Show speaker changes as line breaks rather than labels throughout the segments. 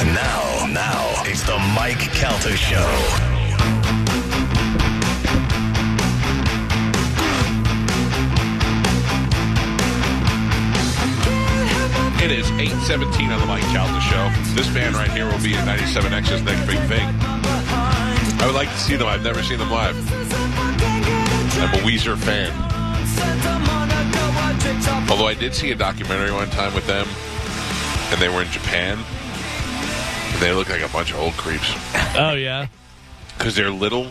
And now, now, it's the Mike Calter Show.
It is 817 on the Mike Calda show. This man right here will be in 97X's next big thing. I would like to see them. I've never seen them live. I'm a Weezer fan. Although I did see a documentary one time with them, and they were in Japan. And they look like a bunch of old creeps.
Oh yeah,
Because they're little,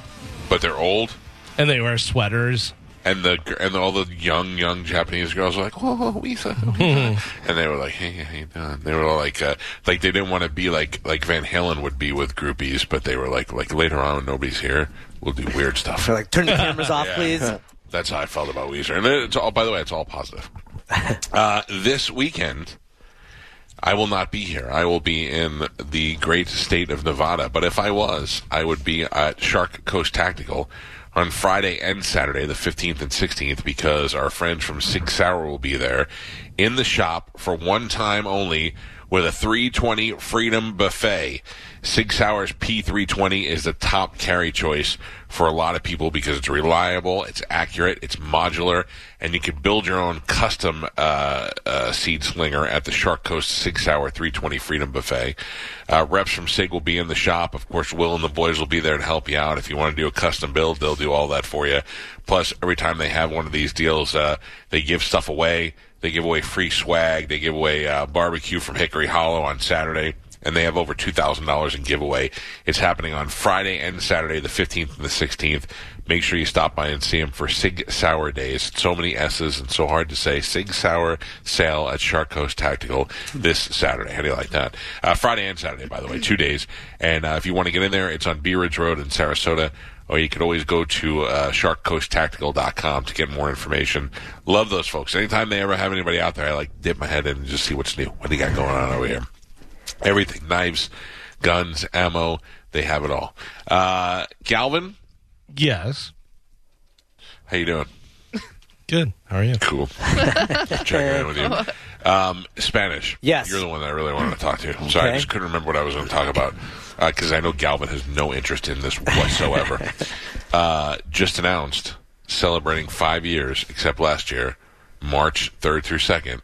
but they're old.
and they wear sweaters.
And the gr- and all the young young Japanese girls were like, "Oh, Weezer," Weezer." and they were like, "Hey, how you doing?" They were all like, uh, like they didn't want to be like like Van Halen would be with groupies, but they were like, like later on when nobody's here, we'll do weird stuff.
They're like, turn the cameras off, please.
That's how I felt about Weezer. And it's all, by the way, it's all positive. uh, this weekend, I will not be here. I will be in the great state of Nevada. But if I was, I would be at Shark Coast Tactical on Friday and Saturday, the 15th and 16th, because our friends from Six Hour will be there in the shop for one time only with a 320 Freedom Buffet. Six Hour's P320 is the top carry choice for a lot of people because it's reliable, it's accurate, it's modular, and you can build your own custom uh, uh, seed slinger at the Shark Coast Six Hour 320 Freedom Buffet. Uh, reps from SIG will be in the shop. Of course, Will and the boys will be there to help you out. If you want to do a custom build, they'll do all that for you. Plus, every time they have one of these deals, uh, they give stuff away. They give away free swag. They give away uh, barbecue from Hickory Hollow on Saturday and they have over $2,000 in giveaway. It's happening on Friday and Saturday, the 15th and the 16th. Make sure you stop by and see them for Sig Sauer Days. So many S's and so hard to say. Sig Sauer sale at Shark Coast Tactical this Saturday. How do you like that? Uh, Friday and Saturday, by the way, two days. And uh, if you want to get in there, it's on Bee Ridge Road in Sarasota. Or you could always go to uh, sharkcoasttactical.com to get more information. Love those folks. Anytime they ever have anybody out there, I like dip my head in and just see what's new. What do you got going on over here? everything knives guns ammo they have it all uh galvin
Yes,
how you doing
good. How are you?
cool checking in with you um spanish
Yes.
you're the one that i really wanted to talk to sorry i
Okay.
just couldn't remember what i was going to talk about because i know galvin has no interest in this whatsoever uh just announced celebrating five years except last year march 3rd through 2nd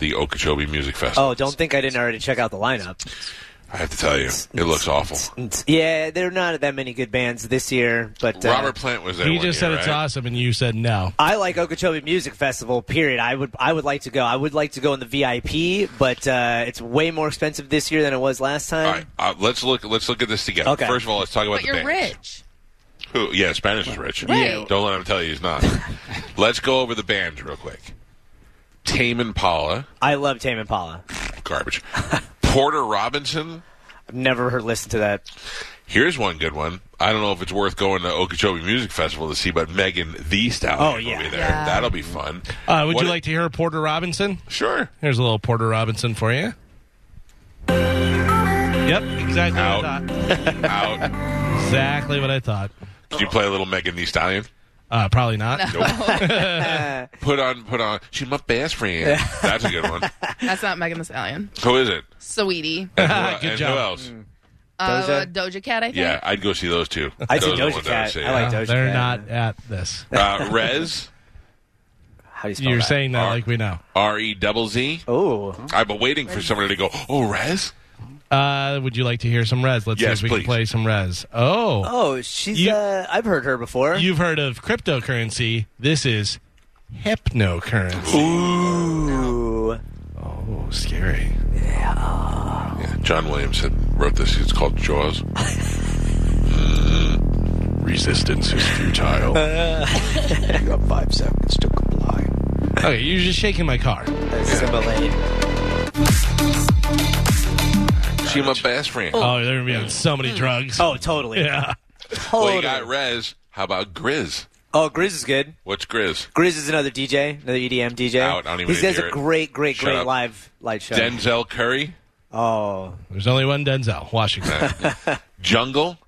the okeechobee music festival
Oh, don't think I didn't already check out the lineup. Oh,
i have to tell you it looks awful
Yeah, there are not that many good bands this year, but uh,
robert plant was there
He
one
just
year,
said it's
right?
awesome, and you said no.
I like Okeechobee Music Festival. Period. I would I would like to go. I would like to go in the VIP, but uh, it's way more expensive this year than it was last time.
All right, uh, let's look. Let's look at this together.
Okay.
First of all, let's talk about
But
the
you're
band.
rich.
Who? Yeah, Spanish is rich.
Right.
Don't let him tell you he's not. let's go over the bands real quick. Tame Impala,
I love Tame Impala.
garbage. Porter Robinson.
I've never heard listened to that.
Here's one good one. I don't know if it's worth going to Okeechobee Music Festival to see, but Megan the Stallion
Oh, yeah.
will be there.
Yeah.
That'll be fun.
Uh, would
What-
you like to hear Porter Robinson?
Sure.
Here's a little Porter Robinson for you. Yep, exactly
Out.
what I thought.
Out.
Exactly what I thought.
Can you play a little Megan the Stallion?
Uh, probably not.
Put on, put on. She's my best friend. That's a good one.
That's not Megan Thee Stallion.
Who is it?
Sweetie.
And who,
Good
and
job.
who else?
Uh, Doja Cat, I think.
Yeah, I'd go see those two.
I'd see
Those are the ones
Doja
I would
Cat.
see.
I like
Uh,
Doja
they're
Cat.
not at this.
Uh, Rez,
How do you spell
You're
that?
saying that
Are-
like we know.
R E double Z.
Ooh,
I've been waiting for somebody to go, oh, Rez?
Uh, would you like to hear some Res? Let's
Yes,
see if we
please.
can play some Res. Oh,
oh, she's.
You-
uh, I've heard her before.
you've heard of cryptocurrency. This is hypnocurrency.
Ooh.
Oh, scary.
Yeah, John Williams had wrote this. It's called Jaws. Mm.
Resistance is futile.
You got five seconds to comply.
okay, you're just shaking my car.
Assimilate.
she my best friend.
Oh, they're gonna be on so many drugs.
Oh, totally.
yeah.
well,
Totally.
you got Rez. How about Grizz?
oh, Grizz is good.
What's Grizz?
Grizz is another DJ, another E EDM DJ.
Out, I don't even
he
need to
does
hear
a
it.
great, great,
Shut
great
up.
live light show.
Denzel Curry,
oh,
There's only one Denzel, Washington.
Jungle.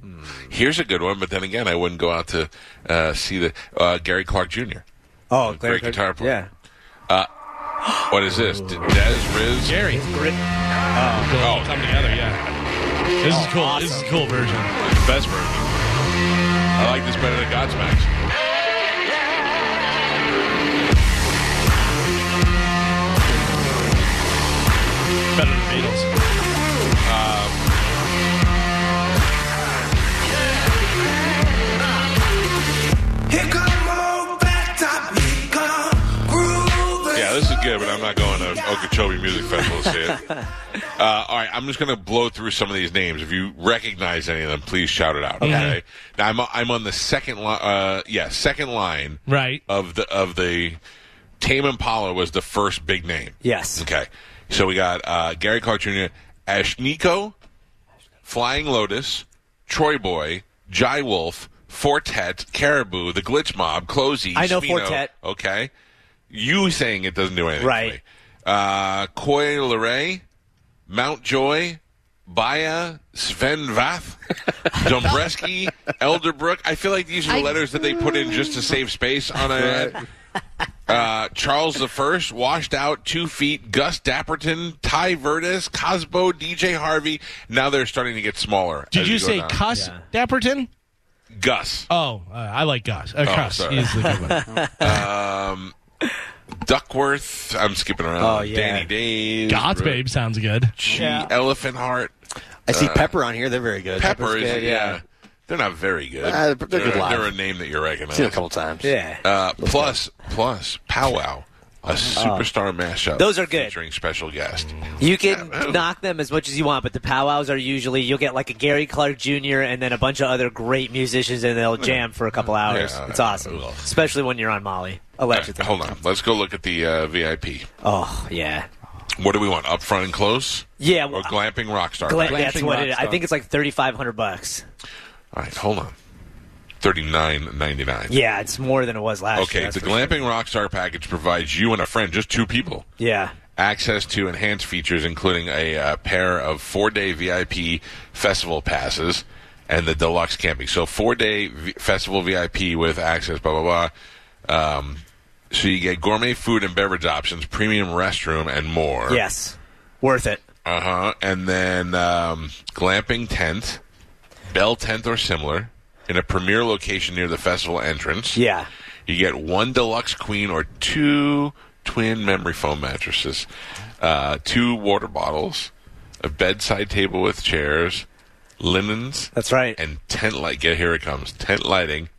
Hmm. Here's a good one, but then again, I wouldn't go out to uh, see the uh, Gary Clark Jr.
oh,
Great guitar player.
Yeah.
What is this? D- Dez Riz?
Gary. Oh, come together, yeah. This is cool. This is a cool version.
Best version. I like this better than Godsmack's.
Better than Beatles.
Um, Yeah, this is good, but I'm not going to Okeechobee Music Festival to see it. Uh, all right, I'm just going to blow through some of these names. If you recognize any of them, please shout it out. Okay. Now I'm I'm on the second line. Uh, yeah, second line
Right.
of the of the Tame Impala was the first big name.
Yes.
Okay. So we got uh, Gary Clark Jr., Ashniko, Flying Lotus, Troy Boy, Jai Wolf, Fortet, Caribou, The Glitch Mob, Closey.
I know
Spino.
Fortet.
Okay. You saying it doesn't do anything.
Right.
For me. Uh, Koi Leray, Mountjoy, Baya, Sven Vath, Dombreski, Elderbrook. I feel like these are the
I-
letters that they put in just to save space on a uh, Charles the First, washed out, two feet, Gus Dapperton, Ty Vertis, Cosbo, DJ Harvey. Now they're starting to get smaller.
Did
as
you
we go
say
down.
Cuss Dapperton?
Gus?
Oh, uh, I like Gus. Uh, Cuss
sorry.
is the good one.
Duckworth. I'm skipping around.
Oh, yeah.
Danny Days.
God's Babe sounds good.
Gee, Elephant Heart. Uh,
I see Pepper on here. They're very good.
Pepper
Pepper's
is,
good,
yeah. They're not very good.
Ah, they're- they're good live.
they're a name that you recognize.
Seen it a couple times.
Yeah.
Uh, plus, plus, powwow. A superstar mashup.
Oh. Those are good.
Featuring special guest.
You can
uh,
knock them as much as you want, but the powwows are usually you'll get like a Gary Clark Jr. and then a bunch of other great musicians, and they'll jam for a couple hours.
Yeah,
it's awesome,
yeah.
especially when you're on Molly. Allegedly.
Hold on. Let's go look at the uh, VIP.
Oh yeah,
What do we want? Up front and close?
yeah.
Or
Well,
glamping rock star?
Gla-
package?
that's what it is. I think it's like thirty five hundred bucks.
All right, hold on. Thirty nine ninety nine.
Yeah, it's more than it was last year.
Okay,
that's
the
for sure.
glamping rock star package provides you and a friend, just two people,
Yeah.
access to enhanced features, including a uh, pair of four day VIP festival passes and the deluxe camping. So four day v- festival VIP with access, blah blah blah. Um, so you get gourmet food and beverage options, premium restroom, and more.
Yes. Worth it.
Uh huh. And then um, glamping tent, bell tent or similar, in a premier location near the festival entrance.
Yeah.
You get one deluxe queen or two twin memory foam mattresses, uh, two water bottles, a bedside table with chairs, linens,
That's right.
and tent light. Get here it comes. Tent lighting,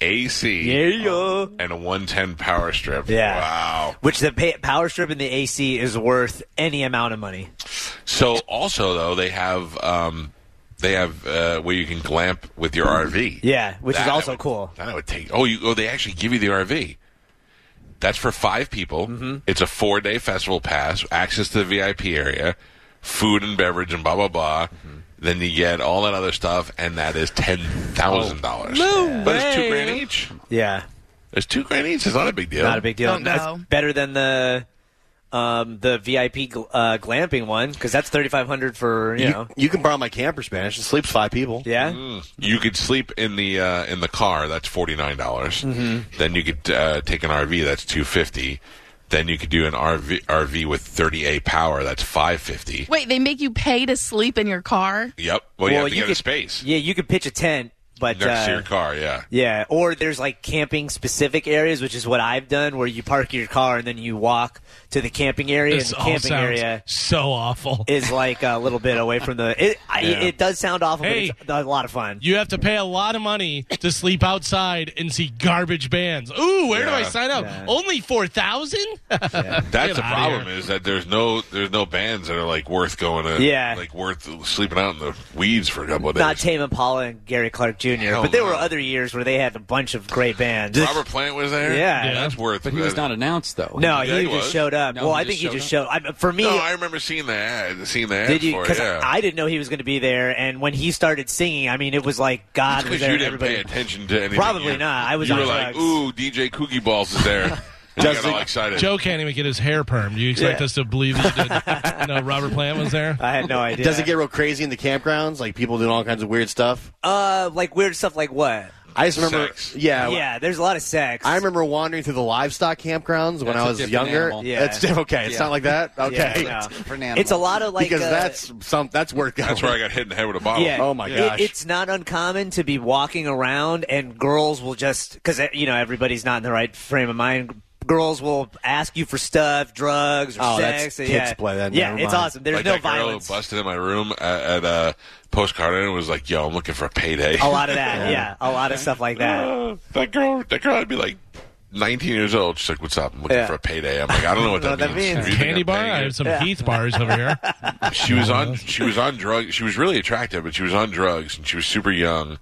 AC,
yeah.
and a 110 power strip.
Yeah.
Wow.
Which the pay- power strip and the AC is worth any amount of money.
So also though they have um, they have uh, where you can glamp with your RV.
Yeah, which is
I
also
would-
cool.
That I would take. Oh, you oh they actually give you the RV. That's for five people.
Mm-hmm.
It's a four day festival pass, access to the VIP area, food and beverage, and blah blah blah.
Mm-hmm.
Then you get all that other stuff, and that is ten thousand dollars.
Oh,
No but it's two grand each.
Yeah.
It's two grand each. It's not a big deal.
Not a big deal.
Don't
That's
know.
better than the um, the VIP gl- uh, glamping one because that's thirty five hundred for you,
You,
know.
you can borrow my camper Spanish. It sleeps five people.
Yeah.
Mm-hmm. Hmm. You could sleep in the uh, in the car. That's forty nine dollars.
Mm-hmm.
Then you could uh, take an RV. That's two fifty. Then you could do an RV RV with thirty eight power. That's five fifty.
Wait, they make you pay to sleep in your car?
Yep. Well, you have to get a
could-
space
Yeah, you could pitch a tent, but
next to
uh,
your car. Yeah.
yeah, or there's like camping specific areas, which is what I've done, where you park your car and then you walk to the camping area.
This
and the
all
camping
sounds
area
so awful.
is like a little bit away from the. It I, it does sound awful,
Hey.
but it's a lot of fun.
you have to pay a lot of money to sleep outside and see garbage bands. Ooh, where do I
Yeah.
sign up? Only four thousand?
That's the
Get outta
problem is that there's no there's no bands that are like worth going to
Yeah.
like worth sleeping out in the weeds for a couple of days.
Not Tame Impala and Gary Clark Jr.,
Hell
but there
no.
were other years where they had a bunch of great bands.
Robert Plant was there.
Yeah.
that's worth.
But he was not announced, though.
No,
Yeah,
he,
he
just
was.
showed up.
No,
well,
he
I
just
think he
showed
just
up?
showed. I, for me,
No, I remember seeing the ad. Seeing the ad
did you?
for it.
Because
yeah.
I didn't know he was going to be there, and when he started singing, I mean, it was like God
Because
was
you
there. and
didn't
everybody.
pay attention to anything.
Probably
You-
not. I was
You
on
were like,
drugs.
"Ooh, DJ Kookie Balls is there." And you got all excited.
Joe can't even get his hair perm. Do you expect
Yeah.
us to believe that no, Robert Plant was there?
I had no idea.
Does it get real crazy in the campgrounds? Like people doing all kinds of weird stuff.
uh like weird stuff like what?
I just remember,
Sex.
yeah,
yeah, there's a lot of sex.
I remember wandering through the livestock campgrounds when
That's
I
a
was
different
younger.
animal.
Yeah.
It's diff- okay. It's
Yeah.
not like that.
Yeah,
Okay,
no.
Different animal.
It's a lot of like
because
uh,
that's some that's worth going.
That's where I got hit in the head with a bottle.
Yeah.
Oh my gosh.
It, it's not uncommon to be walking around and girls will just because you know everybody's not in the right frame of mind. Girls will ask you for stuff, drugs, or
Oh, that's-
sex. eh,
kids
yeah,
play that,
Yeah,
never
it's
mind.
awesome. There's
like
no
that girl
violence.
who busted in my room at, at uh, postcard and was like, "Yo, I'm looking for a payday."
A lot of that. yeah. a lot of stuff like that.
Uh, that girl, that girl, I'd be like. 19 years old. She's like, "What's up? I'm looking
Yeah.
for a payday." I'm like, "I don't know what that,
Know what that
means."
means.
Do you think
Candy
I'm
bar?
paying
I
you?
have some Heath bars over here.
she was on she was on drugs she was really attractive but she was on drugs and she was super young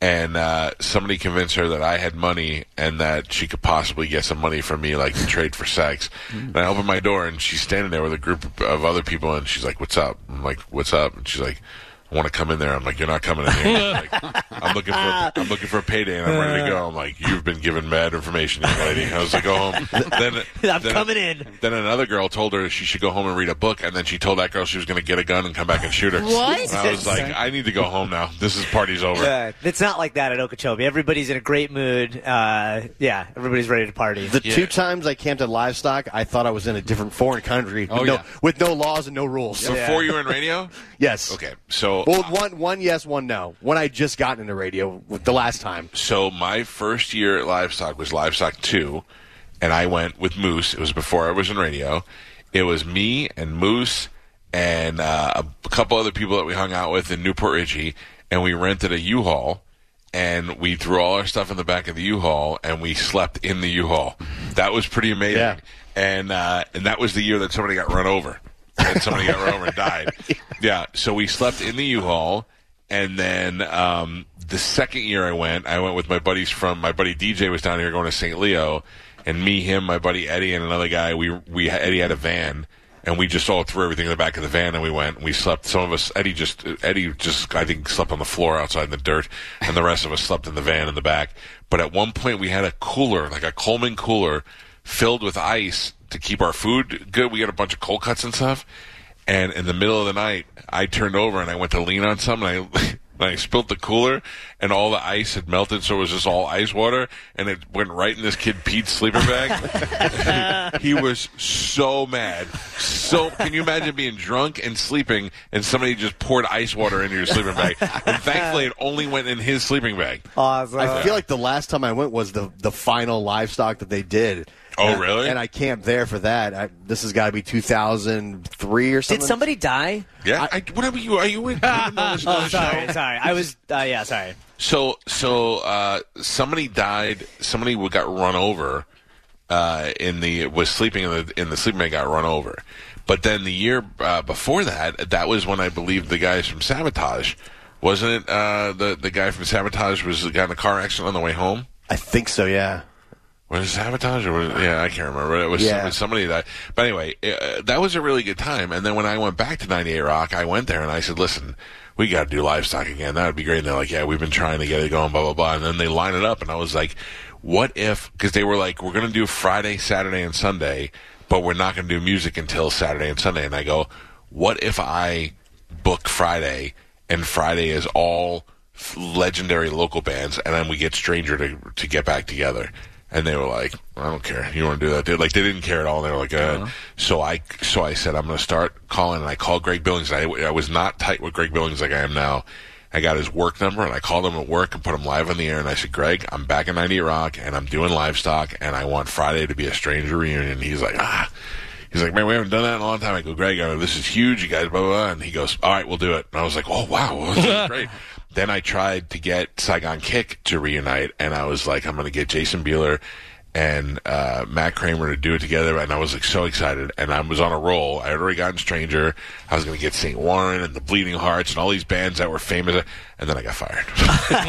and uh, somebody convinced her that I had money and that she could possibly get some money from me, like to trade for sex. And I opened my door and she's standing there with a group of other people and she's like, "What's up?" I'm like, "What's up?" And she's like, "I want to come in there." I'm like, "You're not coming in here." She's like, I'm looking for a, I'm looking for a payday and I'm ready to go. I'm like, "You've been given bad information, young lady." I was like, "Go home." Then
I'm
then-
coming in.
then another girl told her she should go home and read a book, and then she told that girl she was going to get a gun and come back and shoot her.
What?
And I was like, I need to go home now. This is party's over.
Yeah, it's not like that at Okeechobee. Everybody's in a great mood. Uh, yeah, everybody's ready to party.
The two times I camped at livestock, I thought I was in a different foreign country.
Oh,
with, no,
yeah.
with no laws and no rules.
Before you were in radio,
Yes.
okay. So,
Well, one one yes, one no. When I just got into radio with the last time.
so my first year at livestock was livestock two, and I went with Moose. It was before I was in radio. It was me and Moose and uh, a couple other people that we hung out with in Newport Richey, and we rented a U-Haul. And we threw all our stuff in the back of the U-Haul, and we slept in the U-Haul. That was pretty amazing.
Yeah.
and uh, and that was the year that somebody got run over. That somebody got run over and died. Yeah. So we slept in the U-Haul, and then um, the second year I went, I went with my buddies from my buddy DJ was down here going to St. Leo, and me, him, my buddy Eddie, and another guy. We we Eddie had a van. And we just all threw everything in the back of the van, and we went. And we slept. Some of us, Eddie just, Eddie just, I think, slept on the floor outside in the dirt, and the rest of us slept in the van in the back. But at one point, we had a cooler, like a Coleman cooler, filled with ice to keep our food good. We had a bunch of cold cuts and stuff. And in the middle of the night, I turned over and I went to lean on some and I, and I spilled the cooler and all the ice had melted. So it was just all ice water and it went right in this kid Pete's sleeper bag. he was so mad. So can you imagine being drunk and sleeping and somebody just poured ice water into your sleeping bag? And thankfully it only went in his sleeping bag.
awesome.
I feel like the last time I went was the the final livestock that they did.
Oh,
And I-
really?
and I camped there for that. I, this has got to be 2003 or something.
Did somebody die?
Yeah. I, whatever you are, you in? I didn't know this was
Oh,
a show.
sorry, sorry. I was, uh, yeah, sorry.
So so uh, somebody died. Somebody w- got run over. Uh, in the was sleeping in the in the sleeping bag got run over, but then the year uh, before that, that was when I believe the guys from Sabotage, wasn't it? Uh, the the guy from Sabotage was got in a car accident on the way home.
I think so. Yeah.
Was it sabotage or was it, yeah, I can't remember. It was,
Yeah.
it was somebody that. But anyway, uh, that was a really good time. And then when I went back to 98 Rock, I went there and I said, "Listen, we got to do livestock again. That would be great." And they're like, "Yeah, we've been trying to get it going, blah blah blah." And then they line it up, and I was like, "What if?" Because they were like, "We're going to do Friday, Saturday, and Sunday, but we're not going to do music until Saturday and Sunday." And I go, "What if I book Friday and Friday is all f- legendary local bands, and then we get Stranger to to get back together. And they were like, "I don't care. You want to do that, dude?" Like they didn't care at all. They were like, uh. "So I, so I said I'm going to start calling." And I called Greg Billings. I, I was not tight with Greg Billings like I am now. I got his work number and I called him at work and put him live on the air. And I said, "Greg, I'm back in 90 Rock and I'm doing livestock and I want Friday to be a Stranger reunion." He's like, "Ah." He's like, man, we haven't done that in a long time. I go, Greg, uh, this is huge. You guys, blah, blah, blah. And he goes, all right, we'll do it. And I was like, oh, wow. Well, this is great. then I tried to get Saigon Kick to reunite, and I was like, I'm going to get Jason Bueller and uh, Matt Kramer to do it together. And I was like, so excited. And I was on a roll. I had already gotten Stranger. I was going to get St. Warren and the Bleeding Hearts and all these bands that were famous. And then I got fired. I,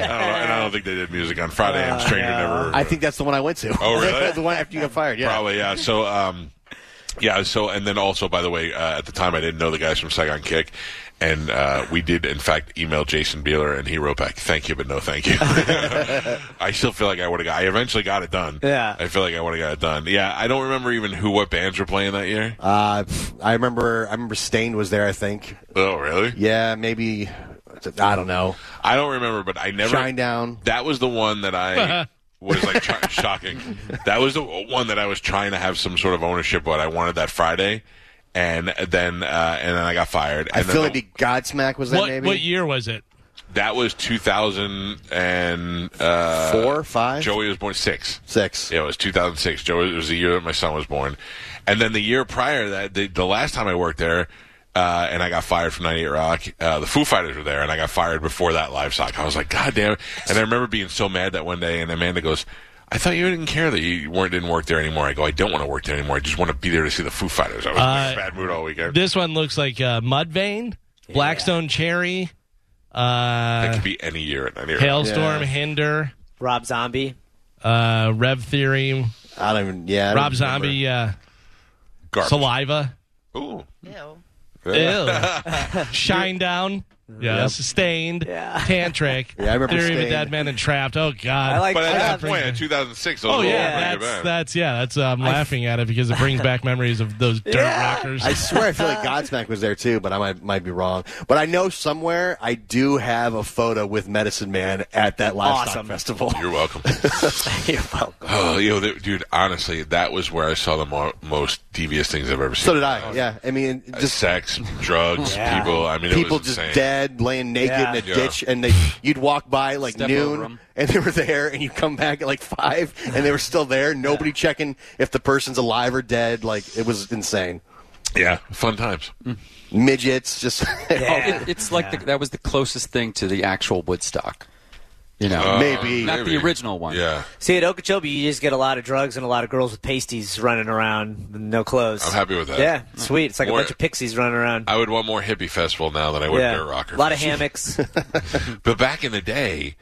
don't know, and I don't think they did music on Friday, and Stranger never.
I think that's the one I went to.
Oh, really?
the one after you got fired. Yeah.
Probably, yeah. So, um, Yeah. So, and then also, by the way, uh, at the time I didn't know the guys from Saigon Kick, and uh, we did in fact email Jason Beeler, and he wrote back, "Thank you, but no, thank you." I still feel like I would have got. I eventually got it done.
Yeah.
I feel like I would have got it done. Yeah. I don't remember even who what bands were playing that year.
Uh, pff, I remember. I remember Stain was there. I think.
oh, really?
Yeah, maybe. I don't know.
I don't remember, but I never.
Shine down.
That was the one that I was like try- shocking. That was the one that I was trying to have some sort of ownership. What I wanted that Friday, and then uh, and then I got fired.
I
And then
feel
the-
like the Godsmack was that
What,
maybe
what year was it?
that was two thousand and uh,
four, five,
Joey was born six.
six.
Yeah, it was 2006. Joe, it was the year that my son was born, and then the year prior to that, the, the last time I worked there, uh, and I got fired from 98 Rock. Uh, the Foo Fighters were there, and I got fired before that livestock. I was like, God damn it! And I remember being so mad that one day, and Amanda goes. I thought you didn't care that you weren't didn't work there anymore. I go, I don't want to work there anymore. I just want to be there to see the Foo Fighters. I was in a
Uh,
bad mood all weekend.
This one looks like uh, Mudvayne, Blackstone Cherry,
that
uh,
could be any year at 98 Rock.
Hailstorm, Hinder,
Rob Zombie.
uh, Rev Theory,
I don't even. Yeah, I don't
Rob
remember.
Zombie, uh,
Garbage.
Saliva,
Ooh.
Ew.
Ew. Shine Down, yeah, Sustained,
Yeah.
Tantric,
Yeah, I remember
Theory of a
Stained.
Dead Man, and Trapped. Oh, God.
I like.
But at
I
that
love-
point, in 2006, those
Oh
were all
yeah,
pretty good
that's
bands.
that's yeah, that's uh, I'm laughing at it because it brings back memories of those dirt rockers.
I swear I feel like Godsmack was there too, but I might might be wrong. But I know somewhere I do have a photo with Medicine Man at that livestock
Awesome.
festival.
You're welcome.
You're welcome.
Oh, yo, th- dude, honestly, that was where I saw the mo- most devious things I've ever seen. Uh,
So did I. Yeah, I mean, just
Sex, drugs,
Yeah.
people. I mean, it
people
was
just
insane.
dead, laying naked
Yeah.
in a
Yeah.
ditch, and they you'd walk by like
Step over
noon,
'em.
and they were there, and you come back at like five, and they were still there. Nobody checking if the person's alive or dead. Like it was insane.
Yeah, fun times.
Midgets, just
Yeah.
It, it's like the, that was the closest thing to the actual Woodstock. You know,
maybe.
not the original one.
Uh, Yeah,
See, at Okeechobee, you just get a lot of drugs and a lot of girls with pasties running around, with no clothes.
I'm happy with that.
Yeah, sweet. It's like
Or-
a bunch of pixies running around.
I would want more hippie festival now than I would Uh,
yeah,
Dirt Rocker.
a lot of hammocks.
But back in the day,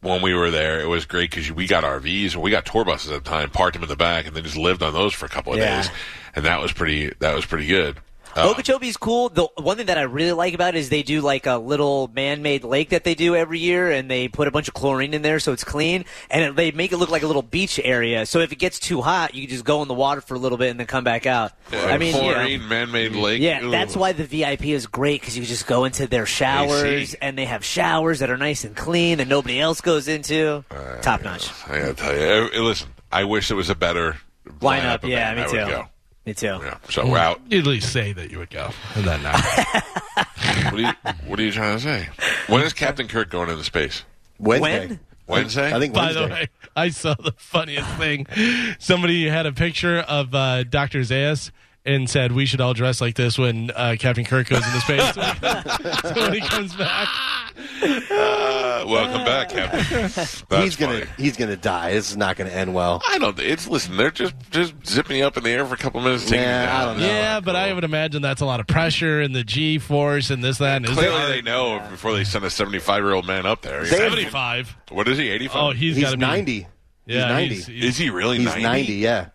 when we were there, it was great because we got RVs and we got tour buses at the time, parked them in the back, and then just lived on those for a couple of
Yeah.
days, and that was pretty. That was pretty good. Uh,
Okeechobee's cool. The one thing that I really like about it is they do like a little man-made lake that they do every year, and they put a bunch of chlorine in there so it's clean, and it, they make it look like a little beach area. So if it gets too hot, you can just go in the water for a little bit and then come back out. I mean, you know,
chlorine, man-made lake.
yeah,
Ooh.
that's why the VIP is great because you just go into their showers,
AC.
and they have showers that are nice and clean that nobody else goes
Oh,
into. Top notch
I gotta tell you. I- listen, I wish there was a better
lineup.
of
Yeah,
that.
me
I would
too.
go.
Me too.
Yeah, so we're out.
You at least say that you would go, and then not.
What are you, what are you trying to say? When is Captain Kirk going into space?
Wednesday.
When?
Wednesday?
I think
By
Wednesday.
the way, I saw the funniest thing. Somebody had a picture of uh, Doctor Zayas and said we should all dress like this when uh, Captain Kirk goes into space. so when he comes back,
Uh, welcome back, Captain. That's
Ah. he's gonna
funny.
he's gonna die. This is not gonna end well.
I don't. It's listen. They're just just zipping you up in the air for a couple minutes. Taking
Yeah,
you down.
I don't know.
yeah. But I would imagine that's a lot of pressure and the G force and this that. And is
Clearly, they know before they send a seventy-five-year-old man up there.
They-
seventy five?
what is he? Eighty-five.
Oh, he's,
He's
got to be
ninety.
Yeah,
he's ninety.
he's-
is he really
He's
90?
ninety. Yeah.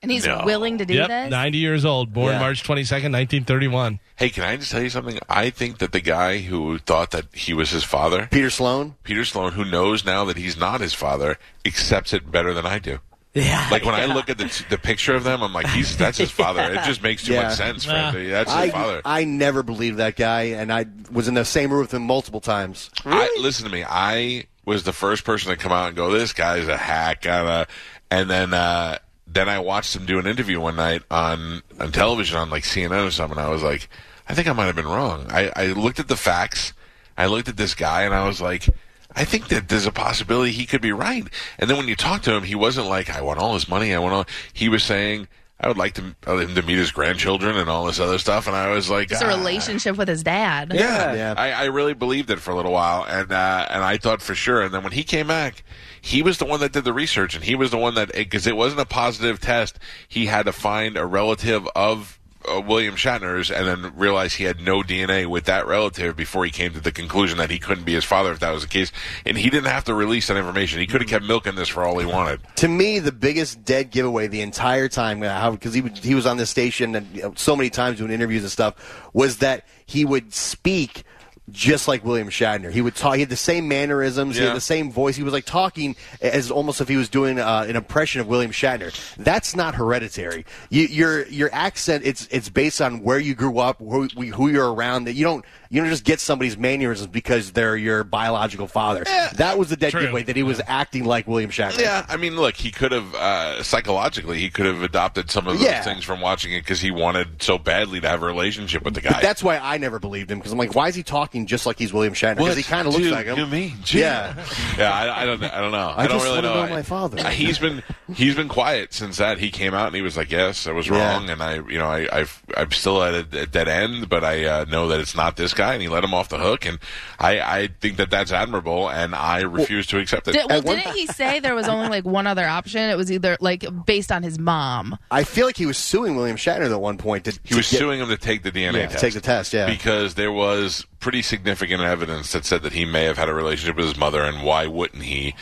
And he's
No.
willing to do
Yep,
this?
90 years old, born
Yeah.
March 22nd, 1931.
Hey, can I just tell you something? I think that the guy who thought that he was his father,
Peter Sloan.
Peter Sloan, who knows now that he's not his father, accepts it better than I do.
Yeah,
Like when I look at the, the picture of them, I'm like, he's that's his father. It just makes too
Yeah.
much sense for him. To, that's his
I,
father.
I never believed that guy, and I was in the same room with him multiple times.
I, listen to me. I was the first person to come out and go, "This guy's a hack." On a, and then uh, then I watched him do an interview one night on on television on like CNN or something. I was like, I think I might have been wrong. I, I looked at the facts. I looked at this guy and I was like. I think that there's a possibility he could be right. And then when you talk to him, he wasn't like, I want all his money. I want all. He was saying, I would like to, uh, him to meet his grandchildren and all this other stuff. And I was like,
It's a
"Ah."
relationship with his dad.
Yeah,
Yeah.
I, I really believed it for a little while, and uh, and I thought for sure. And then when he came back, he was the one that did the research, and he was the one that because it wasn't a positive test, he had to find a relative of uh, William Shatner's and then realized he had no DNA with that relative before he came to the conclusion that he couldn't be his father if that was the case. And he didn't have to release that information. He could
Mm-hmm.
have kept milking this for all he wanted.
To me, the biggest dead giveaway the entire time, because he would- he was on this station and you know, so many times doing interviews and stuff, was that he would speak just like William Shatner. He would talk. He had the same mannerisms. He
Yeah.
had the same voice. He was like talking as almost if he was doing uh, an impression of William Shatner. That's not hereditary. You, your your accent it's it's based on where you grew up, who, who you're around. That you don't you don't just get somebody's mannerisms because they're your biological father. that was the dead
True.
giveaway that he was acting like William Shatner.
Yeah, I mean, look, he could have uh, psychologically he could have adopted some of those
Yeah.
things from watching it because he wanted so badly to have a relationship with the guy.
That's why I never believed him because I'm like, why is he talking just like he's William Shatner? Because he kind of looks like him. Yeah.
yeah. I, I don't. I don't know. I, don't
just
really
wanna
know.
know my father.
I- He's been he's been quiet since that. He came out and he was like, "Yes, I was
Yeah.
wrong," and I, you know, I, I've, I'm still at a, a dead end, but I uh, know that it's not this guy, and he let him off the hook, and I, I think that that's admirable, and I refuse to accept it.
Did, well,
At one
didn't
ti-
he say there was only like one other option? It was either like based on his mom.
I feel like he was suing William Shatner at one point. To,
He was suing him to take the DNA
Yeah, to
test.
take the test, yeah.
Because there was pretty significant evidence that said that he may have had a relationship with his mother, and why wouldn't he?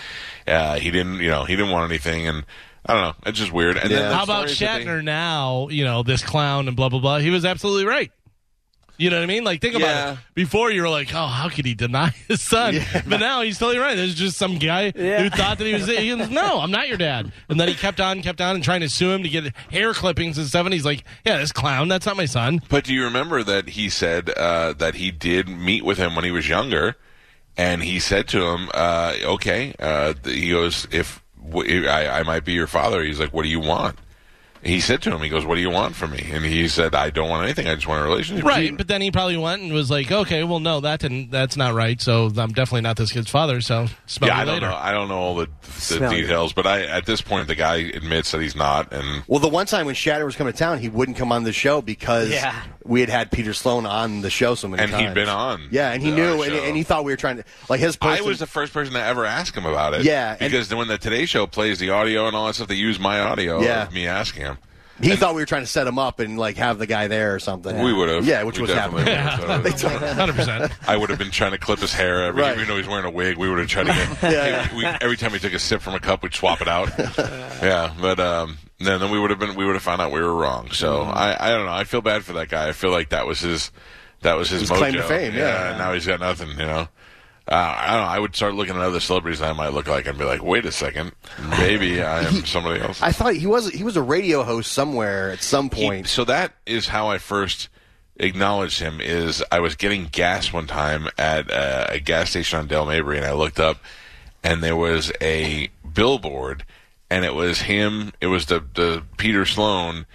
Uh, he didn't, you know, he didn't want anything, and I don't know. It's just weird. And then
Yeah.
the
How about
stories that they-
Shatner now? You know, this clown and blah blah blah. He was absolutely right. You know what I mean? Like, think about
Yeah.
it. Before you were like, "Oh, how could he deny his son?" But now he's totally right. There's just some guy who thought that he was. He was, no, I'm not your dad. And then he kept on, kept on, and trying to sue him to get hair clippings and stuff. And he's like, "Yeah, this clown. That's not my son."
But do you remember that he said uh, that he did meet with him when he was younger, and he said to him, uh, "Okay," uh, th- he goes, "If w- I, I might be your father," he's like, "What do you want?" He said to him, "He goes, what do you want from me?" And he said, "I don't want anything. I just want a relationship."
Right. But then he probably went and was like, "Okay, well, no, that didn't. That's not right. So I'm definitely not this kid's father. So smell
yeah,
you
I don't
later."
know. I don't know all the, the
Smell you.
details, but I at this point the guy admits that he's not, and
Well, the one time when Shatner was coming to town, he wouldn't come on the show because
Yeah.
we had had Peter Sloan on the show so many
And
times.
he'd been on
Yeah, and he
the
knew, and,
show.
and he thought we were trying to like his.
I
Person,
was the first person to ever ask him about it.
Yeah, and-
because when the Today Show plays the audio and all that stuff, they use my audio
Yeah.
of me asking him.
he thought we were trying to set him up and like have the guy there or something.
We would have.
Yeah, which
We
was
definitely
happening.
would have. So
Hundred percent.
I would have been trying to clip his hair every
Right.
even though he's wearing a wig. We would have tried to get hey, we, every time he took a sip from a cup, we'd swap it out. yeah, but um, then then we would have been we would have found out we were wrong. So
Mm-hmm.
I I don't know. I feel bad for that guy. I feel like that was his that was his,
His
mojo.
claim to fame, yeah.
and now he's got nothing. You know. Uh, I don't know. I would start looking at other celebrities that I might look like and be like, wait a second, maybe I am somebody else.
I thought he was he was a radio host somewhere at some
He-
point.
so that is how I first acknowledged him. Is I was getting gas one time at uh, a gas station on Del Mabry, and I looked up, and there was a billboard, and it was him. It was the the Peter Sloan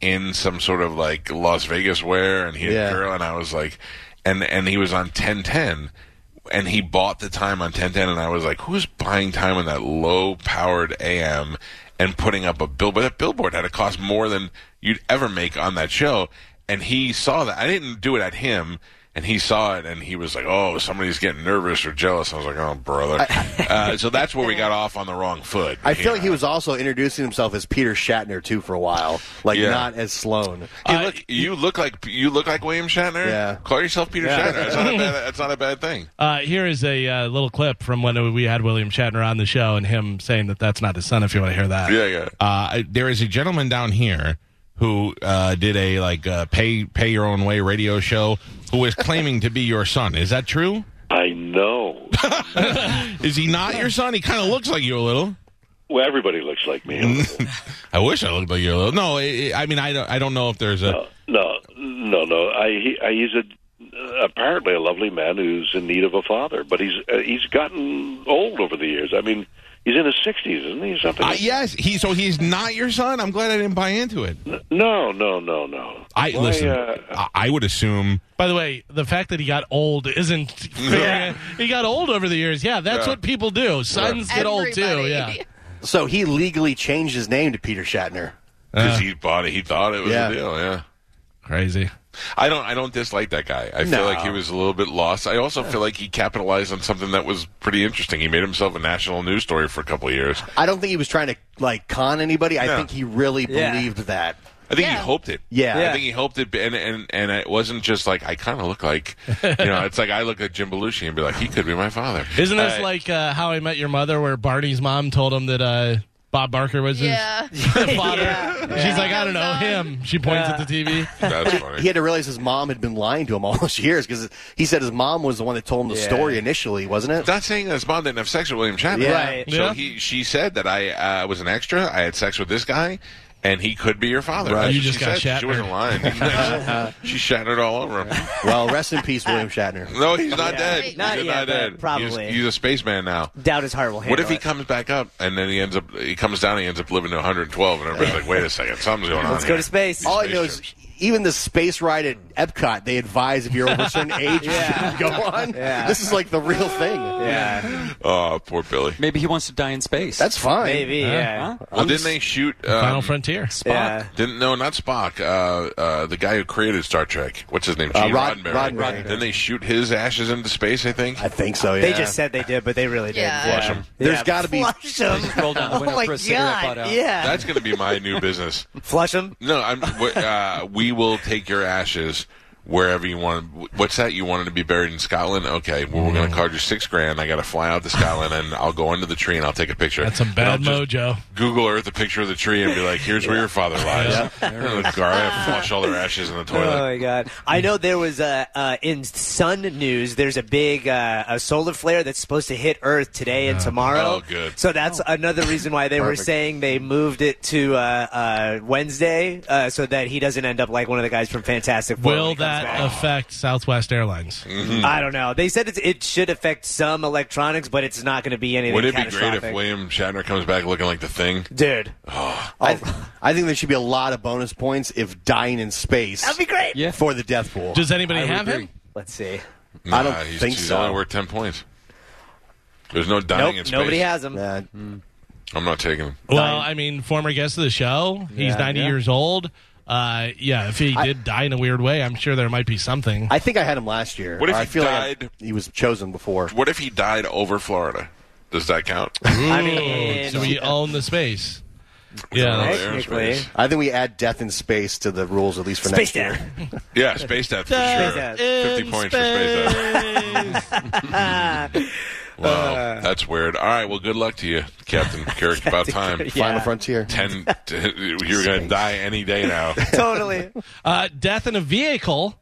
in some sort of like Las Vegas wear, and he had
Yeah.
a girl, and I was like, and and he was on ten ten. And he bought the time on 1010, and I was like, "Who's buying time on that low-powered AM and putting up a billboard. That billboard had to cost more than you'd ever make on that show. And he saw that. I didn't do it at him. And he saw it, and he was like, "Oh, somebody's getting nervous or jealous." I was like, "Oh, brother." uh, so that's where we got off on the wrong foot.
I feel
Yeah.
like he was also introducing himself as Peter Shatner too for a while, like
Yeah.
not as Sloan.
Hey, look, Uh, you look like you look like William Shatner.
Yeah.
Call yourself Peter
Yeah.
Shatner. That's not a bad. That's not a bad thing.
Uh, here is a uh, little clip from when we had William Shatner on the show and him saying that that's not his son. If you want to hear that,
Yeah, yeah.
uh, there is a gentleman down here who uh, did a like uh, pay pay your own way radio show who is claiming to be your son. Is that true?
I know.
Is he not your son? He kind of looks like you a little.
well, everybody looks like me. a little.
I wish I looked like you a little. No, I, I mean I don't. I don't know if there's a.
no, no, no. I, he, I he's a apparently a lovely man who's in need of a father, but he's uh, he's gotten old over the years. I mean, he's in his sixties, isn't he? Something.
Uh, yes, he. So he's not your son. I'm glad I didn't buy into it.
No, no, no, no.
I
Why,
listen.
uh,
I, I would assume.
By the way, the fact that he got old isn't. He got old over the years. Yeah, that's what people do. Sons get old too.
Everybody.
Yeah.
So he legally changed his name to Peter Shatner.
Because he bought it. He thought it was
Yeah.
a deal. Yeah.
Crazy.
I don't. I don't dislike that guy. I feel
No.
like he was a little bit lost. I also feel like he capitalized on something that was pretty interesting. He made himself a national news story for a couple of years.
I don't think he was trying to like con anybody. I
No.
think he really
Yeah.
believed that.
I think he hoped it.
Yeah.
I think he hoped it, and and and it wasn't just like I kind of look like, you know, it's like I look at Jim Belushi and be like, he could be my father.
Isn't this
Uh,
like uh, How I Met Your Mother, where Barney's mom told him that uh, Bob Barker was
Yeah.
his father? She's like, I don't know him. She points at the TV.
That's
He had to realize his mom had been lying to him all those years because he said his mom was the one that told him the
Yeah.
story initially, wasn't it?
Not saying that his mom didn't have sex with William Shatner.
Yeah. Right.
So
Yeah.
he, she said that I uh, was an extra. I had sex with this guy, and he could be your father.
Right.
That's
You
what
just
she
got
said. She
Shatner.
wasn't lying. she shattered all over him.
Well, rest in peace, William Shatner.
No, he's not dead.
Not
he's
yet,
not
but
dead.
probably.
He's, he's a spaceman now.
Doubt his heart will handle
What if he
it.
comes back up and then he ends up he comes down and he ends up living to 112 and everybody's like, wait a second, something's going on. here. These
All I know is even the space ride at Epcot, they advise if you're over a certain age, you shouldn't go on.
Yeah.
This is like the real thing.
Yeah.
Oh, poor Billy.
Maybe he wants to die in space.
That's fine.
Maybe, yeah.
Well, didn't they shoot um,
Final Frontier? Spock.
Yeah. Didn't no, not Spock. Uh, uh, the guy who created Star Trek. What's his name?
Uh,
Gene
Rod-
Roddenberry.
Roddenberry.
Didn't they shoot his ashes into space? I think. I
think so.
They just said they did, but they really didn't.
Yeah. Flush 'em.
Yeah,
There's gotta be-
flush 'em.
Roll down the
oh
window,
my
throw a cigarette
god!
butt out.
Yeah,
That's going to be my new business.
Flush them?
No, I'm. w- Uh, we will take your ashes wherever you want. What's that? You wanted to be buried in Scotland? Okay. Well, we're going to card you six grand. I got to fly out to Scotland, and I'll go under the tree and I'll take a picture. That's
Some bad mojo.
Google Earth a picture of the tree and be like, "Here's where your father lies."
Yeah.
And the guy will flush all their ashes in the toilet.
Oh my god! I know there was uh, uh, in Sun News. There's a big uh, a solar flare that's supposed to hit Earth today and tomorrow.
Oh, good.
So that's another reason why they were
Perfect.
saying they moved it to uh, uh, Wednesday uh, so that he doesn't end up like one of the guys from Fantastic Four. when
Will
he comes back.
that affect Southwest Airlines?
I don't know. They said it's, it should affect some electronics, but it's not going to be anything.
Would it be great
catastrophic.
if William Shatner comes back looking like the thing?
Dude.
I, Oh, I think there should be a lot of bonus points if dying in space. That'd
be great.
Yeah. For the death pool.
Does anybody I have agree. him?
Let's see.
I don't
Nah, he's,
think
he's
so.
only worth ten points. There's no dying
Nope,
in space.
nobody has him.
Uh,
I'm not taking him.
Well, I mean, former guest of the show. He's
Yeah,
90
yeah.
years old. Uh, yeah, if he did die in a weird way, I'm sure there might be something.
I think I had him last year.
What if
I
he
feel like I-
died-
he was chosen before.
What if he died over Florida? Does that count?
Mm-hmm.
I mean, so we own the space. Yeah,
Right, technically. Space.
I think we add death in space to the rules at least for
Space
next
death.
year.
yeah, space death for
Space
sure.
death.
Fifty
In
points for space death. Wow, that's weird. All right, well, good luck to you, Captain Kirk. About time.
Final frontier.
Ten. You're going to die any day now.
totally.
Uh, death in a vehicle.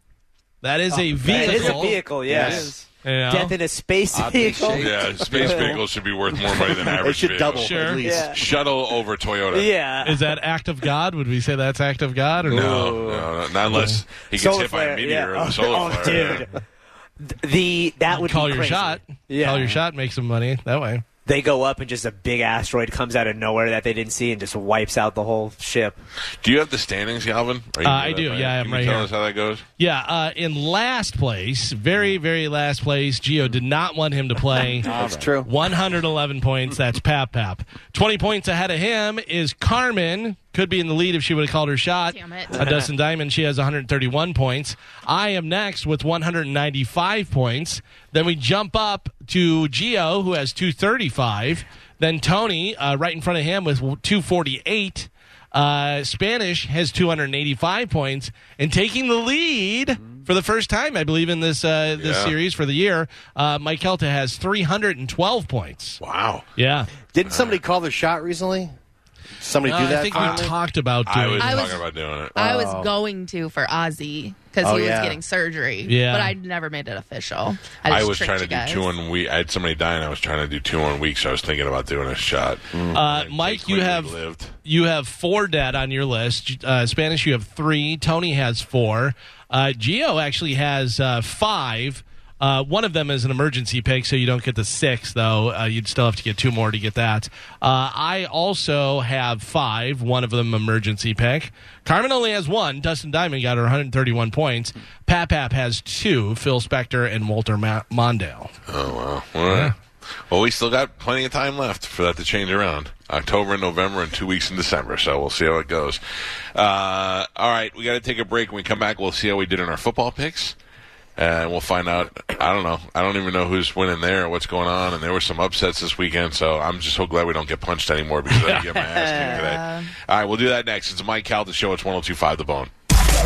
That is a
Oh,
vehicle.
that is a vehicle, yes. It is.
You know?
Death in a space Oddly vehicle. shaped.
Yeah, space vehicles should be worth more money than
They
average.
should
vehicles.
double, at Sure. least. Yeah.
Shuttle over Toyota.
Is that act of God? Would we say that's act of God? Or
No, no, no, not unless he gets
Solar
hit by
flare,
a meteor
yeah.
or the solar
Oh,
flare.
dude.
yeah.
The that would
call
be
your
crazy.
shot. Call your shot. Make some money that way.
They go up and just a big asteroid comes out of nowhere that they didn't see and just wipes out the whole ship.
Do you have the standings, Galvin? Are you
Uh, I
good at
do,
that?
yeah, I'm
Can
right
you tell
here.
us how that goes?
Yeah, uh, in last place, very, very last place, Gio did not want him to play.
That's true.
111 points. That's Pap Pap. 20 points ahead of him is Carmen. Could be in the lead if she would have called her shot.
Damn it.
Uh, Dustin Diamond, she has 131 points. I am next with 195 points. Then we jump up to Gio, who has 235. Then Tony, uh, right in front of him, with 248. Uh, Spanish has 285 points and taking the lead for the first time, I believe, in this uh, this
Yeah.
series for the year. Uh, Mike Kelta has 312 points.
Wow.
Yeah.
Didn't somebody call their shot recently? Somebody
Uh,
do that?
I think we
finally?
talked about doing
I was
I
talking
was-
about doing it.
I was going to for Ozzy because
Oh,
he
yeah.
was getting surgery.
Yeah.
But I never made it official. I,
I
just
was
tricked
trying to
you guys.
do two in week. I had somebody die, and I was trying to do two in week, so I was thinking about doing a shot.
Uh, Mike, you have you have four dead on your list. Uh, Spanish, you have three. Tony has four. Uh, Geo actually has uh, five. Uh, one of them is an emergency pick, so you don't get the six, though. Uh, you'd still have to get two more to get that. Uh, I also have five, one of them emergency pick. Carmen only has one. Dustin Diamond got her 131 points. Papap has two, Phil Spector and Walter Ma- Mondale.
Oh wow! All right. Well, we still got plenty of time left for that to change around. October and November, and two weeks in December. So we'll see how it goes. Uh, all right, we got to take a break. When we come back, we'll see how we did in our football picks. and we'll find out. I don't know. I don't even know who's winning there, or what's going on. And there were some upsets this weekend, so I'm just so glad we don't get punched anymore because I didn't get my ass kicked today. All right, we'll do that next. It's Mike Cal, the show. It's 1025 The Bone.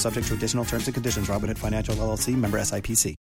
subject to additional terms and conditions. Robinhood Financial LLC member SIPC.